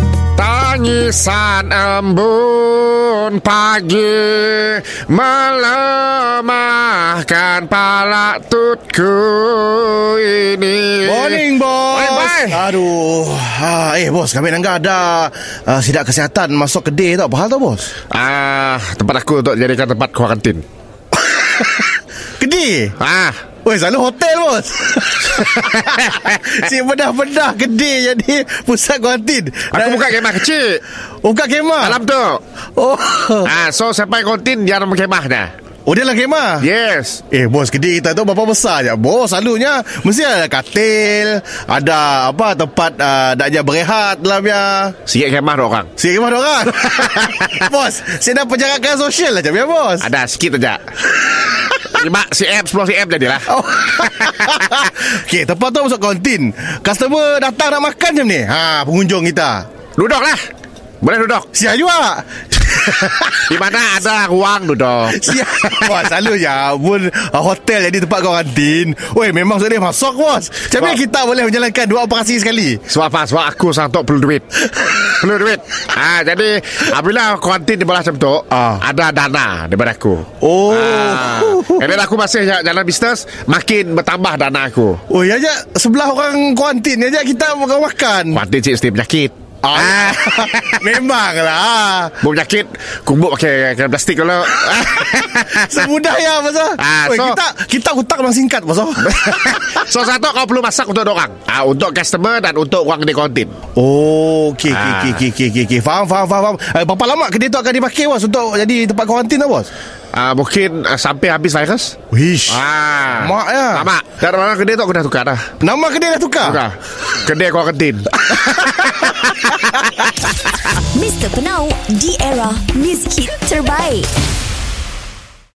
Tangisan embun pagi Melemahkan pala tutku ini Morning bos Morning, bye. Aduh ha, Eh bos kami nangga ada uh, Sidak kesihatan masuk kedai tau Apa hal tau bos Ah, Tempat aku untuk jadikan tempat kuarantin Kedai Ah, Weh selalu hotel bos Si bedah-bedah kedai jadi Pusat kuarantin Aku buka kemah kecil Buka kemah Dalam tu Oh ah, So sampai kuarantin Dia dalam kemah dah Oh dia dalam kemah Yes Eh bos kedai kita tu berapa besar je Bos selalunya Mesti ada katil Ada apa tempat uh, Nak je berehat ya. dalamnya Sikit kemah dua orang Sikit kemah orang Bos Saya dah penjarakan sosial lah Macam ya bos Ada sikit saja 5 CM 10 CM jadilah Oh. okay, tempat tu masuk kantin. Customer datang nak makan macam ni. Ha, pengunjung kita. Duduk lah Boleh duduk Siap juga. Di mana ada ruang duduk Siap. Wah, selalu ya pun uh, hotel jadi tempat kau kantin. Weh, memang boleh masuk, bos. Macam mana Wah. kita boleh menjalankan dua operasi sekali? Sebab apa? Sebab aku sangat perlu duit Perlu duit ha, Jadi Apabila kuarantin di bola macam tu Ah. Ada dana daripada aku Oh. Ah. And then aku masih ja- jalan bisnes Makin bertambah dana aku Oh, ya je sebelah orang kuantin ya je kita makan makan. Kuarantin cik mesti penyakit Ah, ah. memanglah. Bom penyakit Kumbuk pakai kain plastik dulu Semudah ya, bos. Ah, Weh, so- kita kita hutang memang singkat, bos. So satu kau perlu masak untuk orang ah, Untuk customer dan untuk orang di kuarantin Oh, okey okey Ah. okey okey okey okey. Okay. Faham faham faham. faham. Eh, berapa lama kedai tu akan dipakai bos untuk jadi tempat kuarantin lah bos? ah, Mungkin ah, sampai habis virus Wish. Ah, Mak ya. Ah. Lama Dan orang kedai tu aku dah tukar dah Nama kedai dah tukar. Tukar Kedai kuarantin Mr. Penau, di era music hit terbaik.